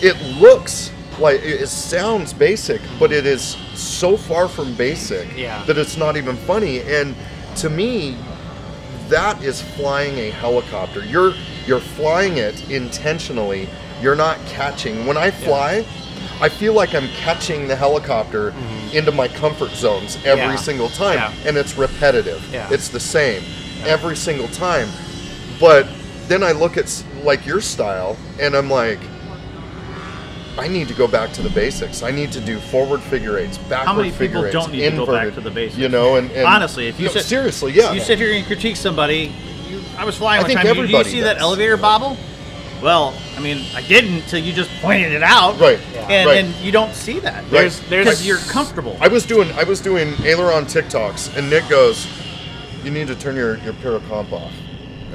S3: it looks like it it sounds basic, but it is so far from basic
S9: Yeah.
S3: that it's not even funny. And to me, that is flying a helicopter. You're you're flying it intentionally. You're not catching. When I fly, I feel like I'm catching the helicopter
S4: Mm-hmm.
S3: into my comfort zones every
S9: Yeah.
S3: single time,
S9: Yeah.
S3: and it's repetitive.
S9: Yeah.
S3: It's the same every single time. But then I look at s- like your style, and I'm like. I need to go back to the basics. I need to do forward figure eights, backward
S4: many people
S3: figure eights,
S4: don't need to go back
S3: inverted,
S4: to the basics?
S3: You know, and, and
S4: Honestly, if you
S3: No,
S4: sit-
S3: seriously, yeah,
S4: You sit here and critique somebody. You, I was flying
S3: I
S4: one
S3: think
S4: time. Did you
S3: everybody
S4: see that
S3: does.
S4: elevator bobble? Well, I mean, I didn't until you just pointed it out.
S3: Right,
S4: And
S3: right.
S4: and you don't see that.
S9: There's- there's-
S4: because you're comfortable.
S3: I was doing I was doing aileron TikToks, and Nick goes, "You need to turn your your paracomp off,"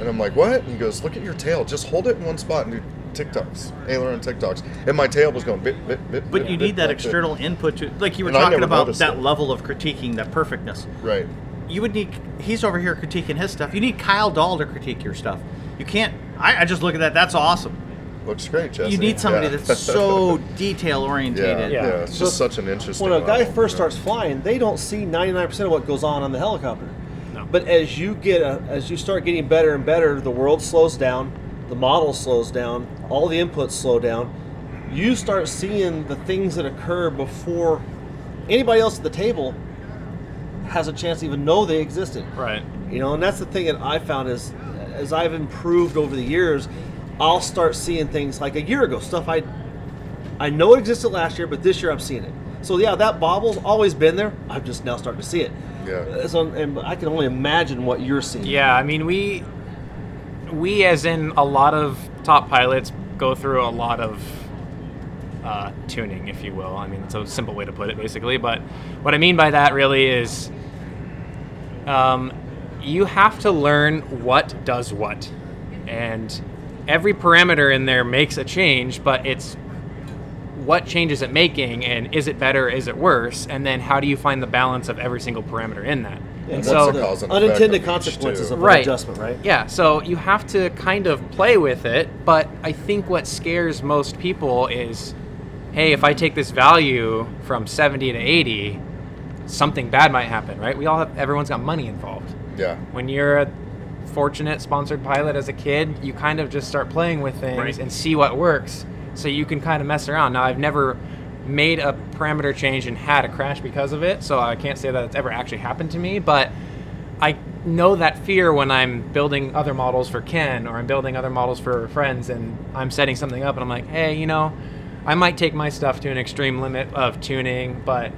S3: and I'm like, "What?" And he goes, "Look at your tail. Just hold it in one spot and do TikToks, aileron TikToks." And my tail was going, bit, bit, bit,
S4: but
S3: bit,
S4: you
S3: bit,
S4: need that
S3: bit, bit.
S4: external input to, like you were
S3: And I
S4: talking
S3: never
S4: about,
S3: noticed
S4: that
S3: it.
S4: level of critiquing, that perfectness.
S3: Right.
S4: you would need he's over here critiquing his stuff you need kyle dahl to critique your stuff you can't i, I just look at that that's awesome
S3: Looks great, Jesse.
S4: you need somebody
S3: Yeah.
S4: that's so detail
S3: yeah,
S4: orientated
S3: yeah,
S5: Yeah.
S3: It's
S5: So
S3: just such an interesting.
S5: When a guy
S3: level,
S5: first
S3: you know?
S5: starts flying, they don't see 99% of what goes on on the helicopter.
S9: No.
S5: But as you get a, as you start getting better and better, the world slows down, the model slows down, all the inputs slow down. You start seeing the things that occur before anybody else at the table has a chance to even know they existed.
S9: Right.
S5: You know, and that's the thing that I found is as I've improved over the years, I'll start seeing things like a year ago, stuff I I know it existed last year, but this year I'm seeing it. So yeah, that bobble's always been there. I'm just now starting to see it.
S3: Yeah.
S5: Uh, So and I can only imagine what you're seeing.
S9: Yeah, I mean we we as in a lot of top pilots go through a lot of uh, tuning, if you will. I mean, it's a simple way to put it, basically. But what I mean by that really is um, you have to learn what does what, and every parameter in there makes a change, but it's what change is it making and is it better is it worse and then how do you find the balance of every single parameter in that
S5: Yeah,
S9: and
S5: that's
S9: so
S5: the
S3: Cause and effect
S5: unintended
S3: of each
S5: consequences
S3: two.
S5: of
S9: Right.
S5: an adjustment, right?
S9: yeah, so you have to kind of play with it, but I think what scares most people is hey, if I take this value from 70 to 80, something bad might happen, right? We all have, everyone's got money involved.
S3: Yeah.
S9: When you're a fortunate sponsored pilot as a kid, you kind of just start playing with things
S4: Right.
S9: and see what works. So you can kind of mess around. Now, I've never made a parameter change and had a crash because of it, so I can't say that it's ever actually happened to me, but I know that fear when I'm building other models for Ken or I'm building other models for friends and I'm setting something up and I'm like, hey, you know, I might take my stuff to an extreme limit of tuning, but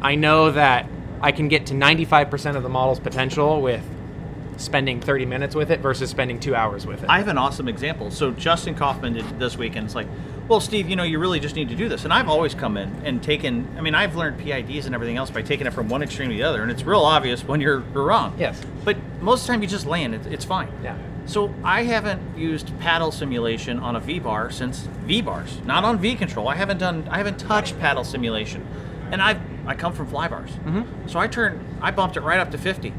S9: I know that I can get to 95% of the model's potential with spending 30 minutes with it versus spending two hours with it.
S4: I have an awesome example. So Justin Kaufman did this weekend. It's like, well, Steve, you know, you really just need to do this. And I've always come in and taken. I mean, I've learned PIDs and everything else by taking it from one extreme to the other, and it's real obvious when you're, you're wrong.
S9: Yes.
S4: But most of the time, you just land. It, it's fine.
S9: Yeah.
S4: So I haven't used paddle simulation on a V bar since V bars, not on V control. I haven't done. I haven't touched paddle simulation, and I've I come from fly bars. Mm-hmm. So I turned. I bumped it right up to 50.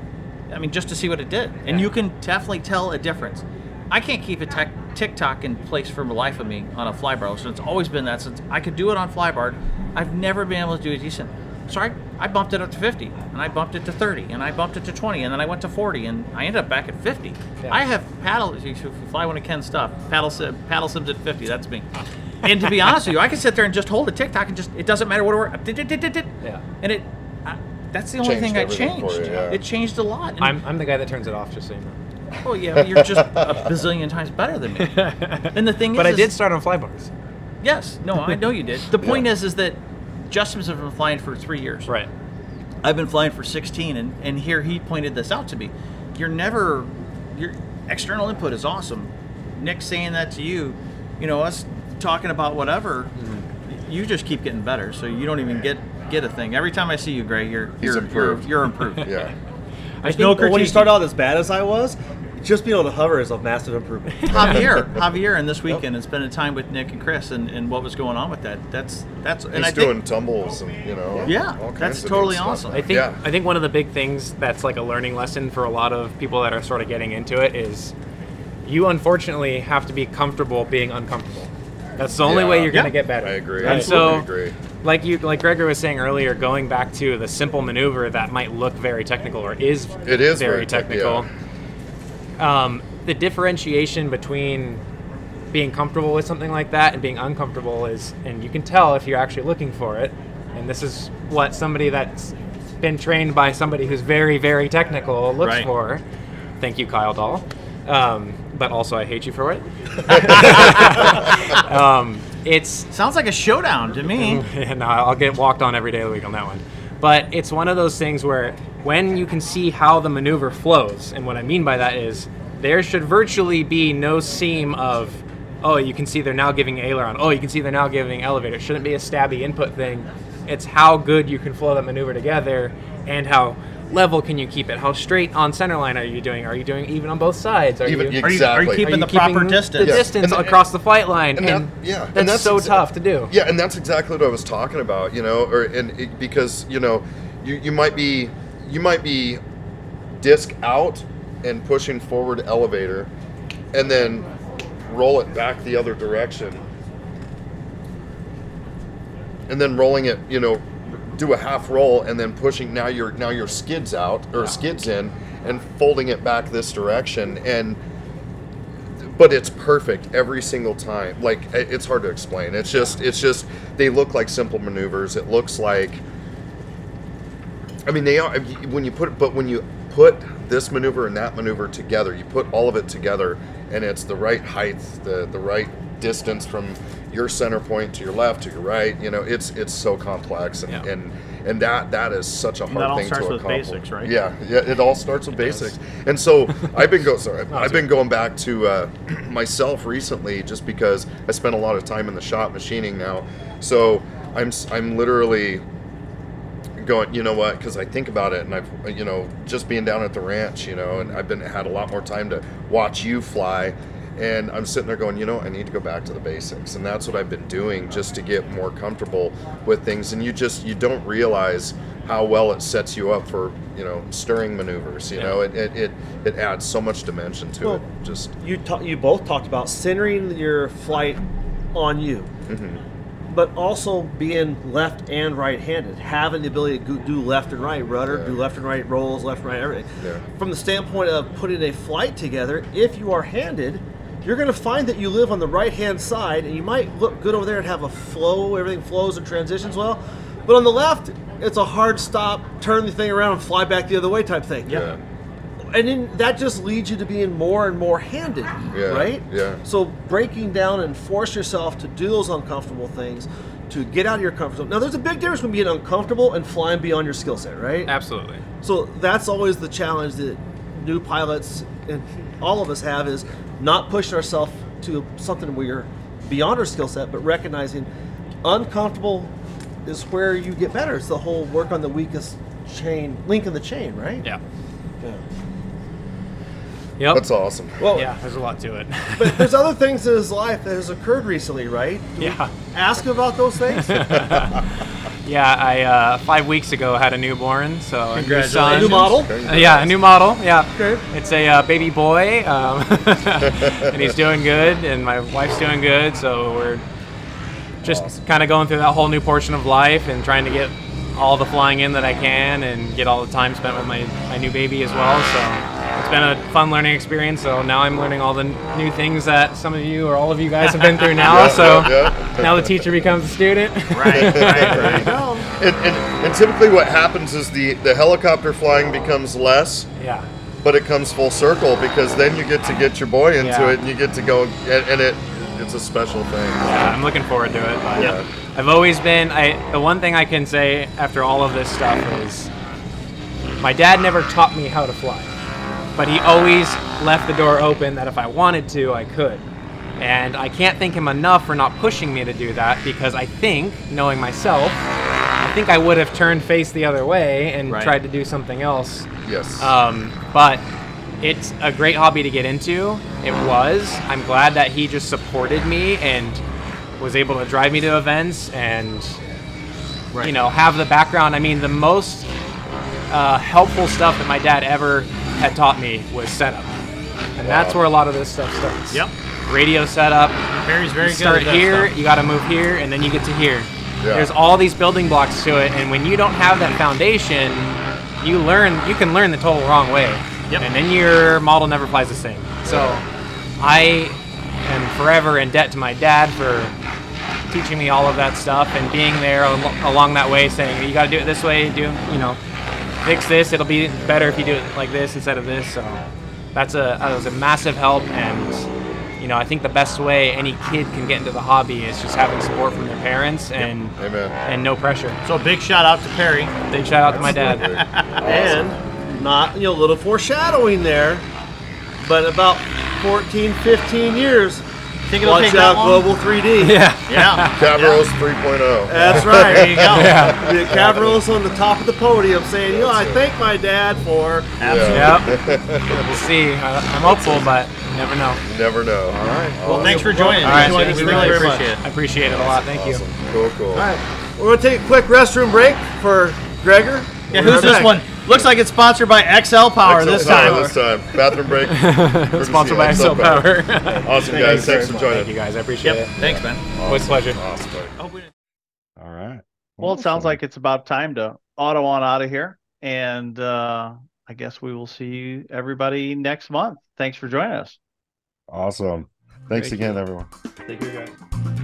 S4: I mean, just to see what it did, and
S9: Yeah.
S4: you can definitely tell a difference. I can't keep a tech, TikTok in place for the life of me on a fly bar, so it's always been that since I could do it on fly bar. I've never been able to do a decent. So I, I bumped it up to 50, and I bumped it to 30, and I bumped it to 20, and then I went to 40, and I ended up back at 50.
S9: Yeah.
S4: I have paddle. If you fly one of Ken's stuff, paddle sim, paddle sims at 50. That's me. and to be honest with you, I can sit there and just hold a TikTok and just it doesn't matter what order.
S9: Yeah.
S4: And it, I, that's the only
S3: Changed
S4: thing I
S3: everything for
S4: changed.
S3: you, yeah.
S4: It changed a lot. And-
S9: I'm, I'm the guy that turns it off, just so you know.
S4: well, yeah, but you're just a bazillion times better than me. And the thing
S9: but
S4: is,
S9: I did
S4: is-
S9: start on fly bars.
S4: yes, no, I know you did. The point is, is that Justin's have been flying for three years.
S9: Right.
S4: I've been flying for 16, and, and here he pointed this out to me. You're never, your external input is awesome. Nick saying that to you, you know, us talking about whatever,
S3: Mm-hmm.
S4: you just keep getting better. So you don't even get get a thing. Every time I see you, Gray, you're
S3: He's
S4: you're,
S3: improved.
S4: You're, you're improved.
S3: Yeah.
S5: There's no critique. When you start out as bad as I was, Just being able to hover is a massive improvement.
S4: Javier, Javier, and this weekend and spending time with Nick and Chris and, and what was going on with that. That's that's and
S3: He's
S4: I
S3: doing
S4: think
S3: tumbles and you know.
S4: Yeah,
S3: all kinds
S4: that's
S3: of neat
S4: totally
S3: stuff.
S4: awesome.
S9: I think
S3: yeah.
S9: I think one of the big things that's like a learning lesson for a lot of people that are sort of getting into it is you unfortunately have to be comfortable being uncomfortable. That's the only way
S3: Yeah.
S9: you're gonna
S4: Yeah.
S9: get better.
S3: I agree.
S9: And
S3: Absolutely
S9: so,
S3: agree.
S9: like you, like Gregor was saying earlier, going back to the simple maneuver that might look very technical or is
S3: It is
S9: very
S3: very tech-
S9: technical. Um, the differentiation between being comfortable with something like that and being uncomfortable is, and you can tell if you're actually looking for it. And this is what somebody that's been trained by somebody who's very, very technical looks
S4: Right.
S9: for. Thank you, Kyle Dahl. Um, but also, I hate you for it. um, it's
S4: sounds like a showdown to me.
S3: Mm-hmm.
S9: no, I'll get walked on every day of the week on that one. But it's one of those things where when you can see how the maneuver flows, and what I mean by that is there should virtually be no seam of, oh, you can see they're now giving aileron. Oh, you can see they're now giving elevator. It shouldn't be a stabby input thing. It's how good you can flow that maneuver together and how level can you keep it? How straight on center line are you doing? Are you doing even on both sides? Are
S3: Even-
S9: you,
S3: exactly.
S4: Are you keeping
S9: are you
S4: the proper distance?
S9: The
S3: Yeah.
S9: distance
S3: And-
S9: across the flight line. And,
S3: and that- yeah, and
S9: that's,
S3: that's
S9: so
S3: exa-
S9: tough to do.
S3: Yeah, and that's exactly what I was talking about, you know, or and it, because you know, you, you might be you might be disc out and pushing forward elevator, and then roll it back the other direction, and then rolling it, you know, do a half roll and then pushing. Now your now your skids out or skids in and folding it back this direction and but it's perfect every single time. Like i- it's hard to explain. It's just it's just they look like simple maneuvers. It looks like I mean they are when you put but when you put this maneuver and that maneuver together, you put all of it together and it's the right height, the the right distance from your center point to your left to your right, you know, it's it's so complex and
S4: Yeah.
S3: and, and that that is such a hard
S4: all
S3: thing to
S4: starts with
S3: accomplish.
S4: basics, right?
S3: Yeah, yeah, it all starts with basics. And so I've been going. Sorry, I've been going back to uh, myself recently, just because I spend a lot of time in the shop machining now. So I'm s- I'm literally going. You know what? Because I think about it, and I've you know just being down at the ranch, you know, and I've been had a lot more time to watch you fly. And I'm sitting there going, you know, I need to go back to the basics, and that's what I've been doing just to get more comfortable with things. And you just you don't realize how well it sets you up for you know stirring maneuvers. You know, it, it, it it adds so much dimension to it.
S5: Well,
S3: Just
S5: you ta- you both talked about centering your flight on you,
S3: Mm-hmm.
S5: but also being left and right-handed, having the ability to go- do left and right rudder,
S3: Yeah.
S5: do left and right rolls, left and right everything.
S3: Yeah.
S5: From the standpoint of putting a flight together, if you are handed. You're going to find that you live on the right hand side, and you might look good over there and have a flow, everything flows and transitions well. But on the left, it's a hard stop, turn the thing around, and fly back the other way type thing
S3: yeah,
S5: and then that just leads you to being more and more handed, right?
S3: yeah.
S5: So breaking down and force yourself to do those uncomfortable things, to get out of your comfort zone. Now, there's a big difference between being uncomfortable and flying beyond your skill set, right?
S9: Absolutely.
S5: So that's always the challenge that new pilots and all of us have is not pushing ourselves to something where you're beyond our skill set, but recognizing uncomfortable is where you get better. It's the whole work on the weakest chain, link in the chain, right?
S9: Yeah.
S5: yeah.
S9: Yep.
S3: that's awesome.
S5: Well,
S9: Yeah, there's a lot to it.
S5: But there's other things in his life that has occurred recently, right?
S9: yeah.
S5: Ask him about those things.
S9: Yeah, I uh, five weeks ago had a newborn, so a new son.
S5: A new model.
S9: Uh, yeah, a new model. Yeah.
S5: Okay.
S9: It's a uh, baby boy, um, and he's doing good, and my wife's doing good, so we're just kind of going through that whole new portion of life and trying to get all the flying in that I can and get all the time spent with my, my new baby as well. So it's been a fun learning experience. So now I'm learning all the n- new things that some of you or all of you guys have been through now.
S3: Yeah,
S9: so
S3: yeah, yeah.
S9: now the teacher becomes a student.
S4: Right, right, right.
S3: and, and, and typically, what happens is the the helicopter flying becomes less.
S9: yeah.
S3: but it comes full circle because then you get to get your boy into
S9: Yeah.
S3: it and you get to go and, and it it's a special thing
S9: Yeah, I'm looking forward to it. But
S3: Yeah.
S9: I've always been. I the one thing I can say after all of this stuff is, my dad never taught me how to fly, but he always left the door open that if I wanted to, I could. And I can't thank him enough for not pushing me to do that because I think, knowing myself, I think I would have turned face the other way and
S4: Right.
S9: Uh, tried to do something else.
S3: yes
S9: Um, but it's a great hobby to get into. It was. I'm glad that he just supported me and was able to drive me to events and you know have the background. I mean, the most uh, helpful stuff that my dad ever had taught me was setup, and that's where a lot of this stuff starts.
S4: Yep.
S9: Radio setup,
S4: Barry's very
S9: you
S4: good.
S9: start
S4: at that
S9: here,
S4: stuff.
S9: you got to move here, and then you get to here.
S3: Yeah.
S9: There's all these building blocks to it, and when you don't have that foundation, you learn you can learn the total wrong way,
S4: Yep.
S9: and then your model never flies the same. So, I am forever in debt to my dad for teaching me all of that stuff and being there al- along that way, saying you got to do it this way, do you know, fix this. It'll be better if you do it like this instead of this. So that's a that was a massive help, and you know I think the best way any kid can get into the hobby is just having support from their parents and
S3: Amen.
S9: and no pressure.
S4: So big shout out to Perry.
S9: Big shout out to my dad.
S5: And not you know, a little foreshadowing there, but about 14, 15 years.
S4: Think it'll
S5: Watch
S4: take that
S5: out,
S4: long?
S5: Global 3D.
S4: Yeah.
S3: Cavaros 3.0.
S5: That's right.
S4: There you go.
S5: The Cavaros on the top of the podium saying, you know, I thank my dad for.
S9: yep. We'll see. I, I'm hopeful, but you never know.
S3: You Never know. All right.
S4: Well, thanks for joining
S9: All right.
S4: us. We really appreciate it.
S9: I appreciate it a lot. Thank you.
S3: Cool, cool.
S5: All right. We're going to take a quick restroom break for Gregor.
S4: Yeah,
S5: We'll
S4: who's
S5: be right
S4: this
S5: back.
S4: one? Looks like it's sponsored by XL Power
S3: Excellent
S4: this
S3: power
S4: time.
S3: This time. Bathroom break. Courtesy
S9: Sponsored
S3: of
S9: by
S3: Excel
S9: Excel Power.
S3: Awesome,
S9: Thank
S3: guys.
S9: you very
S3: Thanks for
S9: much.
S3: joining.
S9: Thank you, guys. I appreciate
S4: Yep. Thanks, man.
S9: it. Always a pleasure.
S3: Awesome. All right.
S2: Well, it sounds like it's about time to auto on out of here. And uh, I guess we will see everybody next month. Thanks for joining us.
S3: awesome. Thanks again, everyone.
S8: Thank you, guys.